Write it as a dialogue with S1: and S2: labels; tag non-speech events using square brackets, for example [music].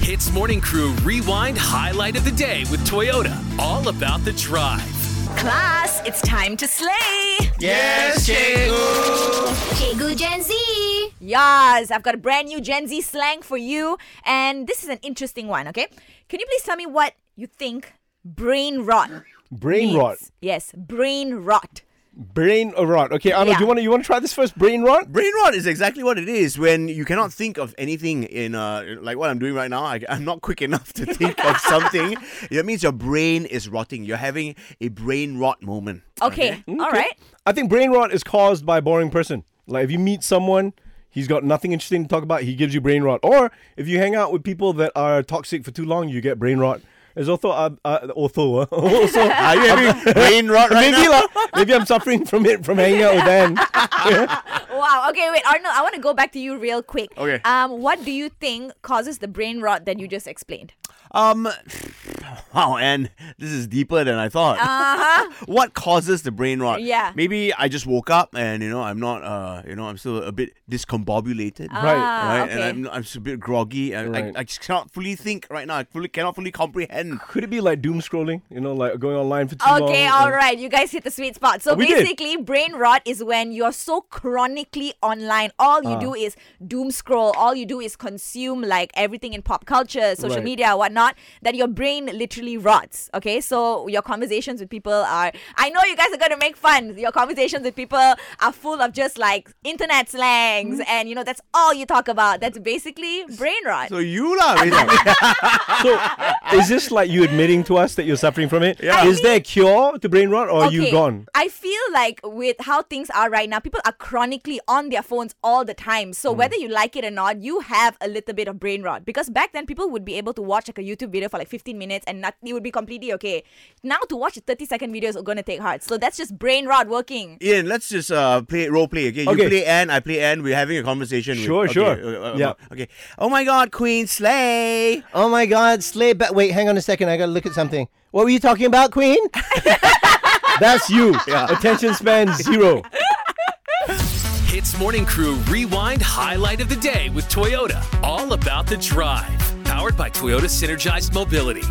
S1: Hits Morning Crew Rewind Highlight of the Day with Toyota. All about the drive.
S2: Class, it's time to slay.
S3: Cikgu Gen Z.
S2: Yas, I've got a brand new Gen Z slang for you, and this is an interesting one, okay? Can you please tell me what you think brain rot
S4: Brain
S2: means?
S4: rot.
S2: Yes, brain rot.
S4: Brain rot. Okay, Arnold,
S2: Yeah.
S4: you want to you want to try this first? Brain rot.
S5: Brain rot is exactly what it is when you cannot think of anything in uh like what I'm doing right now. I, I'm not quick enough to think of something. That means your brain is rotting. You're having a brain rot moment.
S2: Okay, all right.
S4: I think brain rot is caused by a boring person. Like if you meet someone, he's got nothing interesting to talk about, he gives you brain rot. Or if you hang out with people that are toxic for too long, you get brain rot. There's also uh, uh, also uh, [laughs]
S2: [laughs]
S4: also
S5: Are you having brain rot right
S4: maybe
S5: now?
S4: lah, maybe I'm suffering from it from hanging out with them.
S2: [laughs] Wow, okay, wait, Arnold, I want to go back to you real quick.
S5: Okay.
S2: Um, what do you think causes the brain rot that you just explained?
S5: Um, wow, and this is deeper than I thought. Uh-huh. what causes the brain rot?
S2: Yeah.
S5: Maybe I just woke up and, you know, I'm not, uh, you know, I'm still a bit discombobulated.
S4: Right.
S2: Ah,
S5: Right,
S2: okay.
S5: and I'm, I'm just a bit groggy. I,
S4: Uh-huh. Right.
S5: I, I just cannot fully think right now. I fully cannot fully comprehend.
S4: Could it be like doom scrolling? You know, like going online for too long.
S2: Okay, all right. You guys hit the sweet spot. So
S4: Oh, We did.
S2: basically, brain rot is when you're so chronically online. All
S4: Ah.
S2: you do is doom scroll. All you do is consume like everything in pop culture, social
S4: Right.
S2: media, whatnot. That your brain literally rots. Okay, so your conversations with people are. I know you guys are gonna make fun. Your conversations with people are full of just like internet slangs,
S4: Mm-hmm.
S2: and you know that's all you talk about. That's basically brain rot.
S5: So you lah,
S4: [laughs]
S5: basically.
S4: So is this like you admitting to us that you're suffering from it?
S5: Yeah. I
S4: Is there a cure to brain rot or are you gone?
S2: I feel like with how things are right now, people are chronically on their phones all the time.
S4: Hmm.
S2: So whether you like it or not, you have a little bit of brain rot. Because back then, people would be able to watch like a YouTube video for like 15 minutes and not, it would be completely okay. Now to watch a 30 second video is going to take heart. So that's just brain rot working.
S5: Ian, let's just uh, play role play. Okay,
S4: Okay.
S5: you play Anne, I play Anne. We're having a conversation.
S4: Sure,
S5: with,
S4: sure.
S5: Okay, uh, uh,
S4: Yeah.
S5: Okay. Oh my God, Queen Slay.
S6: Oh my God, Slay! But wait, hang on a second. I gotta look at something. What were you talking about, Queen?
S4: That's you. Attention span zero.
S1: Hits Morning Crew Rewind Highlight of the Day with Toyota. All about the drive. Powered by Toyota Synergized Mobility.